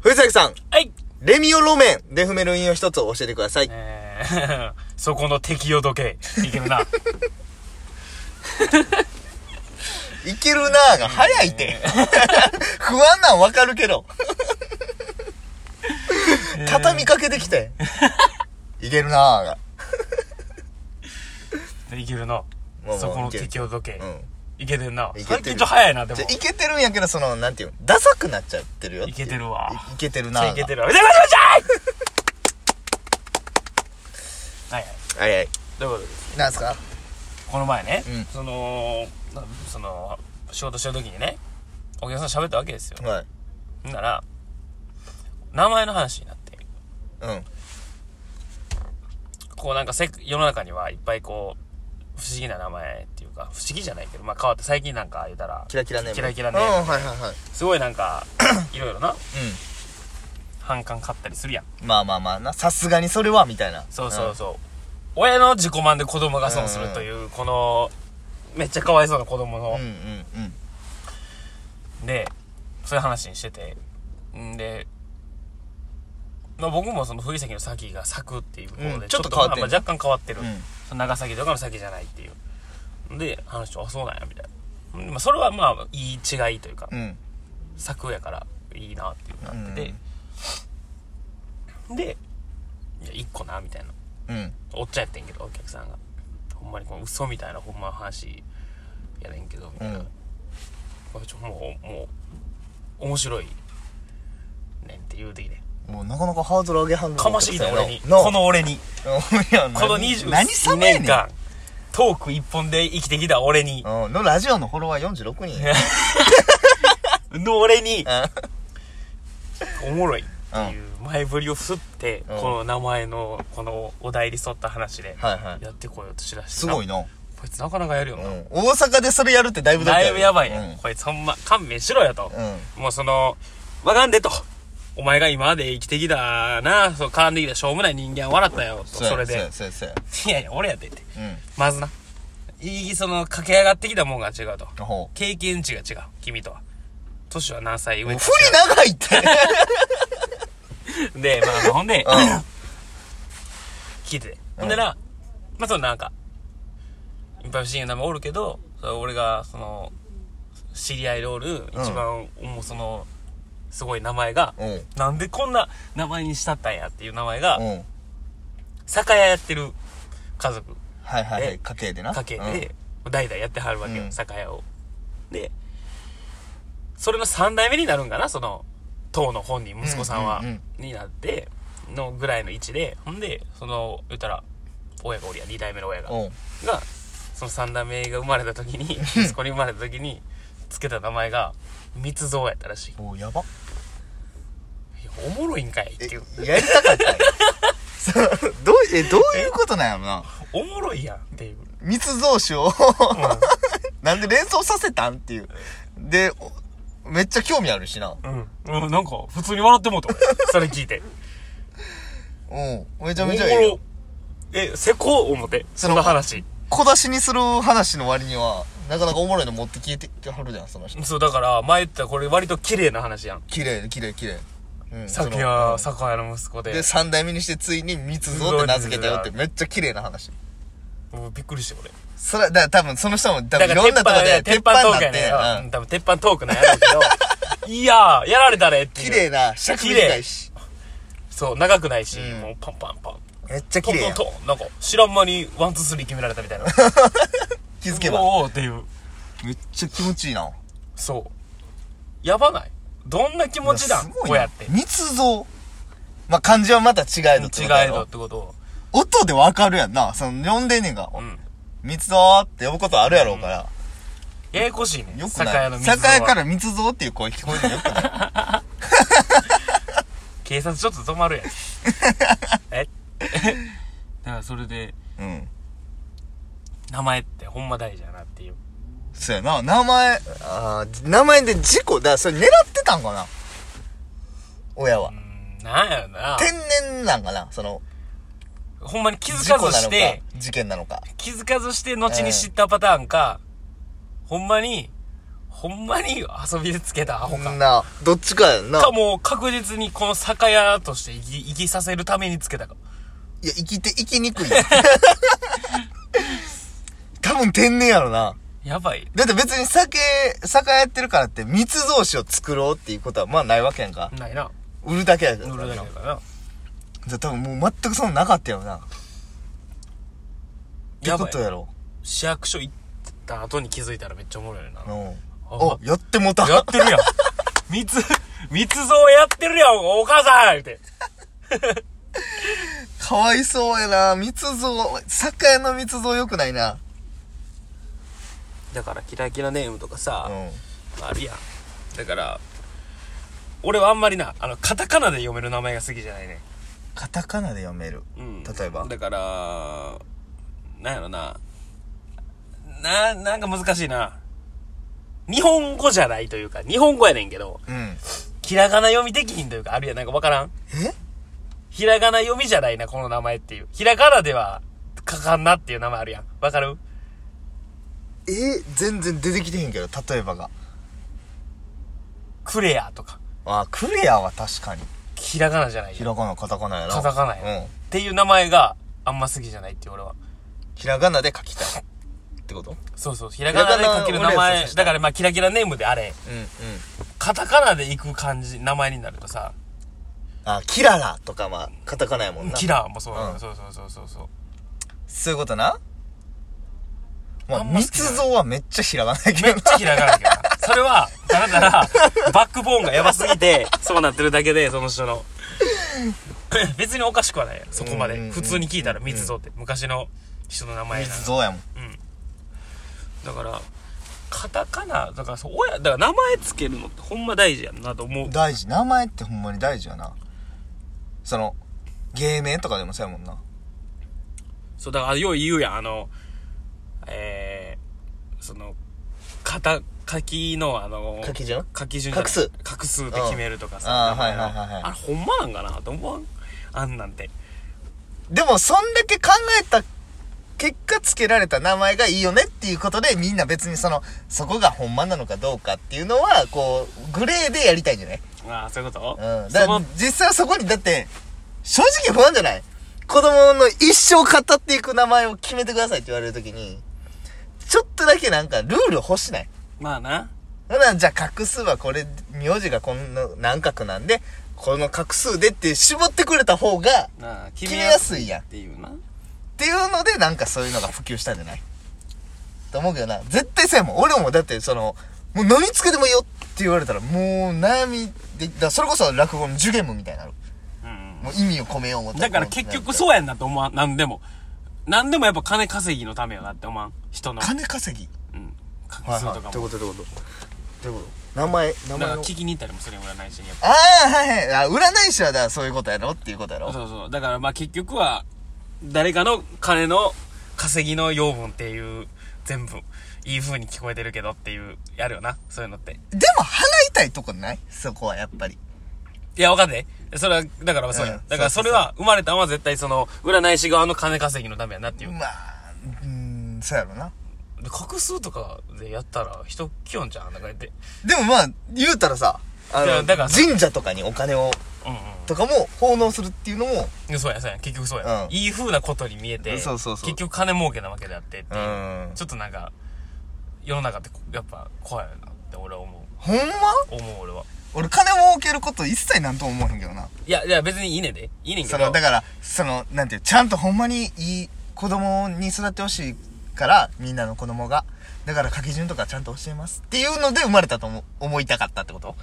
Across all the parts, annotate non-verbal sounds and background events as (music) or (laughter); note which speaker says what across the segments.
Speaker 1: 藤崎さん、
Speaker 2: はい
Speaker 1: レミオロメンで踏める韻を一つ教えてください。
Speaker 2: えー、 (laughs) そこの敵よ時計。いけ
Speaker 1: (laughs)
Speaker 2: るな。
Speaker 1: いけるなぁが早いて。 (laughs) 不安なんわかるけ
Speaker 2: (laughs)
Speaker 1: ど。畳みかけてきて。いけるなぁが。
Speaker 2: いけるな
Speaker 1: まあまあ。
Speaker 2: そこの
Speaker 1: いける
Speaker 2: 敵よ時計
Speaker 1: う。ん。
Speaker 2: いけてんな。
Speaker 1: いけてる
Speaker 2: 最近ちょっと早いな、でも
Speaker 1: じゃ。いけてるんやけど、その、なんていうの、ダサくなっちゃってるよっていう。
Speaker 2: いけてるわ
Speaker 1: いいけてるなぁ
Speaker 2: ち
Speaker 1: が。
Speaker 2: ょいけてるわ。うざいましょいはいはい。
Speaker 1: はいはい。
Speaker 2: ということです。
Speaker 1: なんすか
Speaker 2: この前ね
Speaker 1: うん、
Speaker 2: その、なその、仕事してる時にね、お客さんと喋ったわけですよ。
Speaker 1: はい。
Speaker 2: ほんなら、名前の話になって、
Speaker 1: うん。
Speaker 2: こうなんかせ世の中にはいっぱいこう、不思議な名前っていうか、不思議じゃないけど、まあ変わって最近なんか言うたら、
Speaker 1: キラキラネーム。
Speaker 2: キラキラネー
Speaker 1: うん、
Speaker 2: ム
Speaker 1: はいはいはい。
Speaker 2: すごいなんか、 (coughs) いろいろな、
Speaker 1: う
Speaker 2: 反感買ったりするやん。
Speaker 1: ん。まあまあまあな。さすがにそれは、みたいな。。
Speaker 2: そうそうんそう。親の自己満で子供が損するという、この、めっちゃかわいそうな子供の
Speaker 1: うん、うんうん。
Speaker 2: で、そういう話にしてて、んで、まあ、僕もその藤崎の先が咲くっていう方で、
Speaker 1: うんちょっと変わってん
Speaker 2: まあまあ若干変わってる。
Speaker 1: うん
Speaker 2: その長崎とかの先じゃないっていう。で、話を、あ、そうなんや、みたいな。うんまあ、それはまあ、いい違いというか、
Speaker 1: うん。
Speaker 2: 作やからいいなっていうなってて、でいや一個なみたい
Speaker 1: う
Speaker 2: な
Speaker 1: ん。
Speaker 2: おっちゃんやってんけどお客さんがほんまにこの嘘みたいなほんまの話やねんけどみたいな、
Speaker 1: うん
Speaker 2: これちょもうもう面白いねんって言うてきて
Speaker 1: もうなかなかハードル上げはんの
Speaker 2: かましてきた俺に
Speaker 1: なあ (laughs)
Speaker 2: この俺に
Speaker 1: いや
Speaker 2: この
Speaker 1: 何
Speaker 2: 22
Speaker 1: 様やねん
Speaker 2: 年間トーク一本で生きてきた俺に
Speaker 1: うんのラジオのフォロワー46人や。
Speaker 2: の俺に
Speaker 1: う
Speaker 2: おもろいっていう前振りを振って、
Speaker 1: うん
Speaker 2: この名前のこのお題に沿った話で
Speaker 1: んはいはい。
Speaker 2: やってこようとしだして
Speaker 1: すごい
Speaker 2: な
Speaker 1: な。
Speaker 2: こいつなかなかやるよ
Speaker 1: う
Speaker 2: な、
Speaker 1: ん。大阪でそれやるってだいぶ
Speaker 2: だいぶやばい
Speaker 1: ね
Speaker 2: ね、こいつほんま勘弁しろよと
Speaker 1: う、ん。うん。
Speaker 2: もうそのわかんでとお前が今まで生きてきたなそう絡んできたしょうもない人間は笑ったよと
Speaker 1: そうや
Speaker 2: それ
Speaker 1: そう
Speaker 2: で
Speaker 1: やそうやそうや。
Speaker 2: いやいや俺やってっ
Speaker 1: う
Speaker 2: てまずないいその駆け上がってきたもんが違うと
Speaker 1: ん。ほう。
Speaker 2: 経験値が違う君とは年は何歳上
Speaker 1: 振り長いって。
Speaker 2: (laughs) で、まあまあ、ほんで
Speaker 1: うん、
Speaker 2: 聞いてて。ほんでな、まあ、そのなんか、いっぱい不思議な名前おるけど、それ俺が、その、知り合いでおる、一番、もうその、すごい名前が、
Speaker 1: うん。
Speaker 2: なんでこんな名前にしたったんやっていう名前が、
Speaker 1: うん。
Speaker 2: 酒屋やってる家族、
Speaker 1: はいはいはい。
Speaker 2: え
Speaker 1: 家計でな。
Speaker 2: 家系で、代々やってはるわけよ
Speaker 1: う、ん
Speaker 2: 酒屋を。で、それの三代目になるんかな、その、当の本人、息子さんは
Speaker 1: うんうん、
Speaker 2: になって、のぐらいの位置で、ほんで、その、言ったら、親がおるやん、二代目の親が
Speaker 1: う。ん。うん。
Speaker 2: が、その三代目が生まれた
Speaker 1: (laughs)
Speaker 2: 時に、息子に生まれた時に、つけた名前が、密造やったらしい。い
Speaker 1: おうやば。
Speaker 2: やおもろいんかいって
Speaker 1: え
Speaker 2: いう。、
Speaker 1: やりたか
Speaker 2: (laughs)
Speaker 1: ったんやそうどう、え、どういうことなんやろな。
Speaker 2: おもろいやんっていう。
Speaker 1: 密造酒を、 (laughs) なんで連想させたんっていう。で、おめっちゃ興味あるしな。
Speaker 2: うん。うん、なんか、普通に笑ってもうと。それ聞いて。
Speaker 1: うん。めち
Speaker 2: お
Speaker 1: ゃ
Speaker 2: も
Speaker 1: めちゃいいよ
Speaker 2: ろ。。え、せこ思って、その話。
Speaker 1: 小出しにする話の割には、なかなかおもろいの持って消えてきはるじゃん、その人。
Speaker 2: そう、だから、前言ってたこれ割と綺麗な話やん。
Speaker 1: 綺麗、綺麗、綺麗。うん。
Speaker 2: 酒
Speaker 1: その
Speaker 2: 屋、酒屋の息子
Speaker 1: で、
Speaker 2: で。
Speaker 1: 三代目にしてついに密造って名付けたよって、
Speaker 2: 密
Speaker 1: めっちゃ綺麗な話。
Speaker 2: もうびっくりして、俺。
Speaker 1: それ、だから多分その人も、多分い
Speaker 2: だか
Speaker 1: ろんなとこ
Speaker 2: ら
Speaker 1: で
Speaker 2: 鉄
Speaker 1: 鉄
Speaker 2: 板
Speaker 1: 板に
Speaker 2: トー
Speaker 1: なっ
Speaker 2: クやね
Speaker 1: て、
Speaker 2: う
Speaker 1: うん
Speaker 2: ん。多分鉄板トークなんやろう
Speaker 1: (laughs)
Speaker 2: けど。いやー、やられたねっていう。
Speaker 1: 綺麗な、尺短いし。
Speaker 2: そう、長くないし、
Speaker 1: うん
Speaker 2: もうパンパンパン。
Speaker 1: めっちゃ
Speaker 2: ト
Speaker 1: 綺
Speaker 2: ン
Speaker 1: 麗
Speaker 2: トン
Speaker 1: やん。
Speaker 2: トン。なんか、知らん間にワン、ツー、スリー決められたみたいな。
Speaker 1: 気づけば。
Speaker 2: おーっていう。
Speaker 1: めっちゃ気持ちいいな。
Speaker 2: そう。やばないどんな気持ちだ
Speaker 1: す
Speaker 2: ん
Speaker 1: ごいな
Speaker 2: こうやって。
Speaker 1: 密造。まあ、漢字はまた違えどって
Speaker 2: 違
Speaker 1: ことや
Speaker 2: え
Speaker 1: ろ
Speaker 2: どってことを。
Speaker 1: 音でわかるやんな。その、呼んでんねんが。
Speaker 2: うん。
Speaker 1: 密造って呼ぶことあるやろうから。
Speaker 2: ややこしいね。
Speaker 1: よく
Speaker 2: 酒
Speaker 1: な
Speaker 2: 屋
Speaker 1: い
Speaker 2: の水
Speaker 1: 酒
Speaker 2: は
Speaker 1: 屋から密造っていう声聞こえてよく
Speaker 2: (laughs)
Speaker 1: ない
Speaker 2: 警察ちょっと止まる
Speaker 1: (laughs)
Speaker 2: やんえだからそれで
Speaker 1: うん。
Speaker 2: 名前ってほんま大事やなっていう
Speaker 1: そうやな。名前、あー名前で事故だ。それ狙ってたんかな親は
Speaker 2: う。んなんやろな
Speaker 1: 天然なんかなその、
Speaker 2: ほんまに気づ
Speaker 1: 事
Speaker 2: か
Speaker 1: 故
Speaker 2: ず
Speaker 1: な
Speaker 2: し
Speaker 1: のか
Speaker 2: て、
Speaker 1: 事件なのか。
Speaker 2: 気づかずして後に知ったパターンか、ほんまにほんまに遊びでつけたアホか。
Speaker 1: なあ、どっちかやんな。
Speaker 2: かもう確実にこの酒屋として生き、生きさせるためにつけたか。
Speaker 1: いや、生きて、生きにくい。 (laughs) 多分天然やろな。
Speaker 2: やばい。
Speaker 1: だって別に酒、酒やってるからって密造酒を作ろうっていうことはまあないわけやんか。
Speaker 2: ないな。
Speaker 1: 売るだけやから
Speaker 2: 塗るだけだからな。
Speaker 1: じゃあ多分もう全くそんなんなかったよな。って
Speaker 2: や
Speaker 1: こ
Speaker 2: ばい
Speaker 1: と。やろ。
Speaker 2: 市役所行った後に気づいたらめっちゃおもろいよな。
Speaker 1: うん。
Speaker 2: あ
Speaker 1: あ、やってもうた。
Speaker 2: やってるやん。 (laughs) 密、密造やってるやん、お母さんって。
Speaker 1: かわいそうやな。密造、酒屋の密造良くないな。
Speaker 2: だからキラキラネームとか
Speaker 1: う
Speaker 2: さ、
Speaker 1: ん。
Speaker 2: あるやん。だから、俺はあんまりな、あの、カタカナで読める名前が好きじゃないね。
Speaker 1: カタカナで読める。
Speaker 2: うん。
Speaker 1: 例えば
Speaker 2: だから、なんやろな。な、なんか難しいな。日本語じゃないというか、日本語やねんけど、
Speaker 1: うん。
Speaker 2: ひらがな読みできひんというか、あるやん、なんかわからん
Speaker 1: え
Speaker 2: ひらがな読みじゃないな、この名前っていう。ひらがなでは、かかんなっていう名前あるやん。わかる
Speaker 1: え全然出てきてへんけど、例えばが。
Speaker 2: クレアとか。
Speaker 1: あ、クレアは確かに。
Speaker 2: ひらがなじゃない
Speaker 1: ひ
Speaker 2: やん。っ
Speaker 1: らがな、カタカナやな。
Speaker 2: カタカナや
Speaker 1: うん。
Speaker 2: ていう名前が、あんま好きじゃないって俺は。
Speaker 1: ひらがなで書きたい。ってこと
Speaker 2: そうそう。ひらがなで書ける名
Speaker 1: ひらがな俺
Speaker 2: 前
Speaker 1: やつ。
Speaker 2: だからまあ、キラキラネームであれ。
Speaker 1: うんうん。
Speaker 2: カタカナで行く感じ、名前になるとさ、
Speaker 1: あ、キララとかまあ、カタカナやもんな。
Speaker 2: キラーもそうだ、
Speaker 1: うん
Speaker 2: そうそうそうそうそう。
Speaker 1: そういうことな。ま
Speaker 2: あ
Speaker 1: あ、
Speaker 2: んま好きじゃない
Speaker 1: 密造はめっちゃひらがなやけ
Speaker 2: めっ
Speaker 1: どな。
Speaker 2: ちゃひらがなやけどな。それは、ただた
Speaker 1: (laughs)
Speaker 2: だ、バックボーンがやばすぎて、そうなってるだけで、その (laughs) 人の。別におかしくはないやんそこま
Speaker 1: うんうんう
Speaker 2: で。
Speaker 1: ん
Speaker 2: 普通に聞いたら、密造って、昔の人の名前やな
Speaker 1: 密造やもん。
Speaker 2: だから、カタカナ、だからそう、親、だから名前つけるのってほんま大事やんなと思う。
Speaker 1: 大事。名前ってほんまに大事やな。その、芸名とかでもそうやもんな。
Speaker 2: そう、だから、よう言うやん、あの、えー、その、カタ、書きの、あの、
Speaker 1: 書き順
Speaker 2: 書き順じゃない
Speaker 1: 画数
Speaker 2: 画数で決めるとか
Speaker 1: うんあ
Speaker 2: さ。
Speaker 1: ー
Speaker 2: 名前の
Speaker 1: はいはいはいはい
Speaker 2: あれ、ほんまなんかなと思わんあんなんて。
Speaker 1: でも、そんだけ考えた結果つけられた名前がいいよねっていうことで、みんな別にその、そこがほんまなのかどうかっていうのは、こう、グレーでやりたいんじゃない
Speaker 2: ああ、そういうこと
Speaker 1: うん。だ
Speaker 2: そ
Speaker 1: から
Speaker 2: の、
Speaker 1: 実際そこに、だって、正直不安じゃない子供の一生語っていく名前を決めてくださいって言われるときに、ちょっとだけなんかルール欲しない
Speaker 2: まあな。
Speaker 1: ほなじゃあ画数はこれ、名字がこんな何画なんで、この画数でって絞ってくれた方が、
Speaker 2: なあ、決
Speaker 1: 決めやすいやん。っ
Speaker 2: っていうな。
Speaker 1: ていうので、なんかそういうのが普及したんじゃないと思うけどな。絶対そうやもん。俺もだってその、もう飲みつけでもいいよって言われたら、もう悩みで、だからそれこそ落語の受験文みたいになる。
Speaker 2: うん。
Speaker 1: もう意味を込めよう思った
Speaker 2: だから結局そうやんなと思わん。なんでも。なんでもやっぱ金稼ぎのためやなって思わん。人の。
Speaker 1: 金稼ぎ
Speaker 2: うん。画数とか
Speaker 1: どうい
Speaker 2: も。
Speaker 1: うことどういうことどういうこと名前名
Speaker 2: だ
Speaker 1: 前
Speaker 2: から
Speaker 1: の
Speaker 2: 聞きに行ったりもするよ、占い師に。やっぱ
Speaker 1: ああはいはいあ占い師はだからそういうことやろっていうことやろ
Speaker 2: そうそう。だからまあ結局は、誰かの金の稼ぎの養分っていう、全部、いい風に聞こえてるけどっていう、やるよな。そういうのって。
Speaker 1: でも払いたいとこないそこはやっぱり
Speaker 2: いや、わかんねえ。それは、だからそうや
Speaker 1: うん
Speaker 2: ん。だからそれは、生まれたんは絶対その、占い師側の金稼ぎのためやなっていう。
Speaker 1: まあうーんそうやろな
Speaker 2: で画数とかでやったら人来よんじゃんとか言って
Speaker 1: でもまあ言うたらさあ
Speaker 2: いや
Speaker 1: の
Speaker 2: だからさ
Speaker 1: 神社とかにお金を
Speaker 2: うん
Speaker 1: とかも奉納するっていうのも
Speaker 2: うんそうやそうや結局そうや、
Speaker 1: うん
Speaker 2: いい風なことに見えて
Speaker 1: そうそうそう
Speaker 2: 結局金儲けなわけであってって
Speaker 1: う
Speaker 2: いう、
Speaker 1: ん
Speaker 2: ちょっとなんか世の中ってこやっぱ怖いよなって俺は思
Speaker 1: ほんま
Speaker 2: う思う俺は
Speaker 1: 俺金儲けること一切なんとも思わへんけどない
Speaker 2: やいや別にいいねんでいいねんけ
Speaker 1: そ
Speaker 2: ど
Speaker 1: のだからそのなんていうちゃんとほんまにいい子供に育ってほしいからみんなの子供がだから書き順とかちゃんと教えますっていうので生まれたと思思いたかったって
Speaker 2: (laughs)
Speaker 1: こと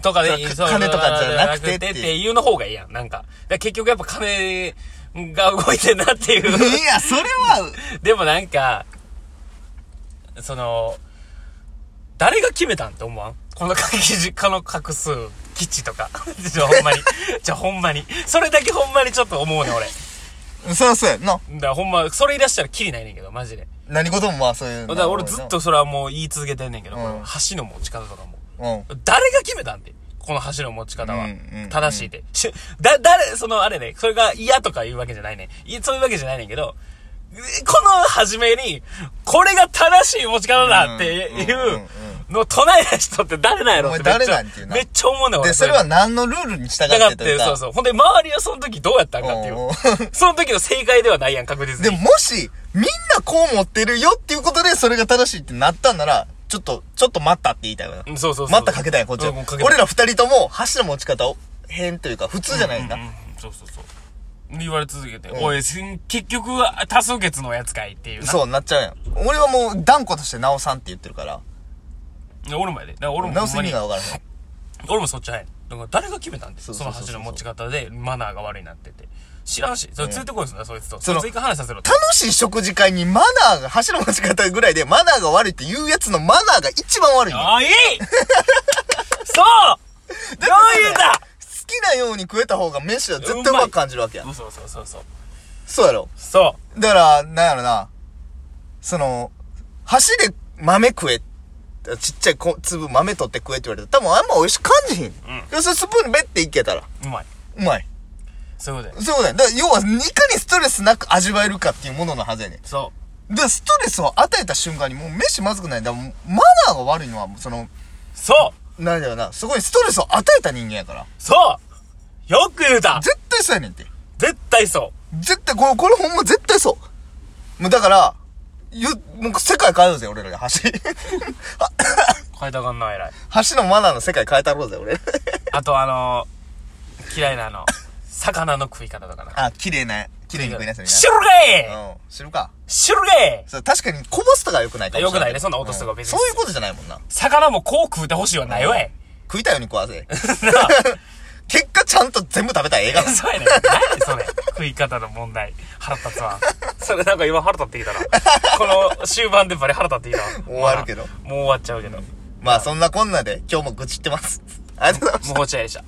Speaker 2: とかで
Speaker 1: そう
Speaker 2: そう
Speaker 1: 金とかじゃなくてっていう
Speaker 2: っていうの方がいいやんなんかだから結局やっぱ金が動いてんなっていう
Speaker 1: いやそれは
Speaker 2: (laughs) でもなんかその誰が決めたんって思わんこの書き実家の画数基地とか (laughs) じゃあほんまにじゃあほんまにそれだけほんまにちょっと思うね俺
Speaker 1: そうそうやんな
Speaker 2: だからほんまそれ言い出したらキリないねんけどマジで
Speaker 1: 何事もまあそういうの
Speaker 2: だから俺ずっとそれはもう言い続けてんねんけど、
Speaker 1: うん
Speaker 2: この橋の持ち方とかも
Speaker 1: うん
Speaker 2: 誰が決めたんってこの橋の持ち方は
Speaker 1: うんうんうん
Speaker 2: 正しいって、しだ誰そのあれねそれが嫌とか言うわけじゃないねんいそういうわけじゃないねんけどえこの初めに、これが正しい持ち方だってい
Speaker 1: うんうんうん
Speaker 2: うのを唱えた人って誰なんやろってめっ
Speaker 1: お前誰
Speaker 2: ちゃ
Speaker 1: なんていう、な
Speaker 2: めっちゃ思うねん、
Speaker 1: で、
Speaker 2: 俺。
Speaker 1: それは何のルールに従っ
Speaker 2: だからって
Speaker 1: と
Speaker 2: て、
Speaker 1: いう
Speaker 2: そう
Speaker 1: か。
Speaker 2: そう。ほんで、周りはその時どうやったんかっていう
Speaker 1: おう。
Speaker 2: その時の正解ではないやん、確実に。
Speaker 1: でも、もし、みんなこう持ってるよっていうことで、それが正しいってなったんなら、ちょっと、ちょっと待ったって言いたいわな
Speaker 2: うん、そうそうそう。
Speaker 1: 待ったかけたいこっちは
Speaker 2: うんもうかけたい
Speaker 1: 俺ら二人とも、箸の持ち方を、変というか、普通じゃないな。
Speaker 2: うんうんうんそうそうそう。言われ続けて、おい、すん結局は多数決のやつかいっていうな。
Speaker 1: そう、なっちゃうやん。俺はもう、断固として直さんって言ってるから、
Speaker 2: いや俺もやで。だから俺もほ
Speaker 1: 直
Speaker 2: ん
Speaker 1: す
Speaker 2: ま
Speaker 1: 意
Speaker 2: に
Speaker 1: 味がわからへん。
Speaker 2: 俺もそっち派やねんだから誰が決めたんです
Speaker 1: そう
Speaker 2: そ
Speaker 1: そうそ
Speaker 2: の
Speaker 1: うそう
Speaker 2: 箸の持ち方でマナーが悪いなってて。知らんし、それついてこいすんだ、そいつと。
Speaker 1: そ
Speaker 2: そ
Speaker 1: の
Speaker 2: いつ一回話させろって。
Speaker 1: 楽しい食事会にマナーが、箸の持ち方ぐらいで、マナーが悪いって言うやつのマナーが一番悪いねん (laughs)
Speaker 2: ああ、いいそうどう言うた
Speaker 1: 好きなように食えた方が飯は絶対うまく感じるわけや。
Speaker 2: そうそうそうそう。
Speaker 1: そうやろ。
Speaker 2: そ
Speaker 1: だから、なんやろな。その、箸で豆食え。ちっちゃいこ粒豆取って食えって言われたら、多分あんま美味しく感じひん。要するにスプーンでベッていけたら。
Speaker 2: う。うまい。
Speaker 1: うまい。
Speaker 2: そういうことや。
Speaker 1: そういうことや。だから要は、いかにストレスなく味わえるかっていうもののはずやねん。
Speaker 2: そ
Speaker 1: だからストレスを与えた瞬間にもう飯まずくない。だからもうマナーが悪いのは、その、
Speaker 2: う。そう
Speaker 1: なんだろうな。すごいストレスを与えた人間やから。
Speaker 2: そうよく言うた
Speaker 1: 絶対そうやねんって。
Speaker 2: 絶対そ
Speaker 1: 絶対、これ、これほんま絶対そう。もうだから、ゆ、もう世界変えようぜ、俺らで (laughs) 橋。
Speaker 2: う変えたがんな、偉い。
Speaker 1: 橋のマナーの世界変えたろうぜ、俺。
Speaker 2: あとあのー、嫌いなあの、魚の食い方と
Speaker 1: (laughs)
Speaker 2: かな。
Speaker 1: (laughs) あ、綺麗な、綺麗に食いなさい
Speaker 2: 知るか
Speaker 1: みん
Speaker 2: い
Speaker 1: な。うん、知るか。
Speaker 2: 知るかい
Speaker 1: そう確かに、こぼすとかは良くないかもしれない。
Speaker 2: 良くないねそんな落とすとか別に
Speaker 1: そういうことじゃないもんな。
Speaker 2: 魚もこう食うてほしいはないわい。 (laughs)
Speaker 1: 食いたいように食わせ。結果ちゃんと全部食べたらええがな。
Speaker 2: そうやねん。何やねんそれ。食い方の問題。腹立つわ。それなんか今腹立ってきたな。この終盤でバリ腹立って
Speaker 1: (laughs)
Speaker 2: きたわ。
Speaker 1: 終わるけど
Speaker 2: まあもう終わっちゃうけど。も
Speaker 1: まあそんなこんなで、今日も愚痴ってます。ありがとうございました
Speaker 2: う。落合でした。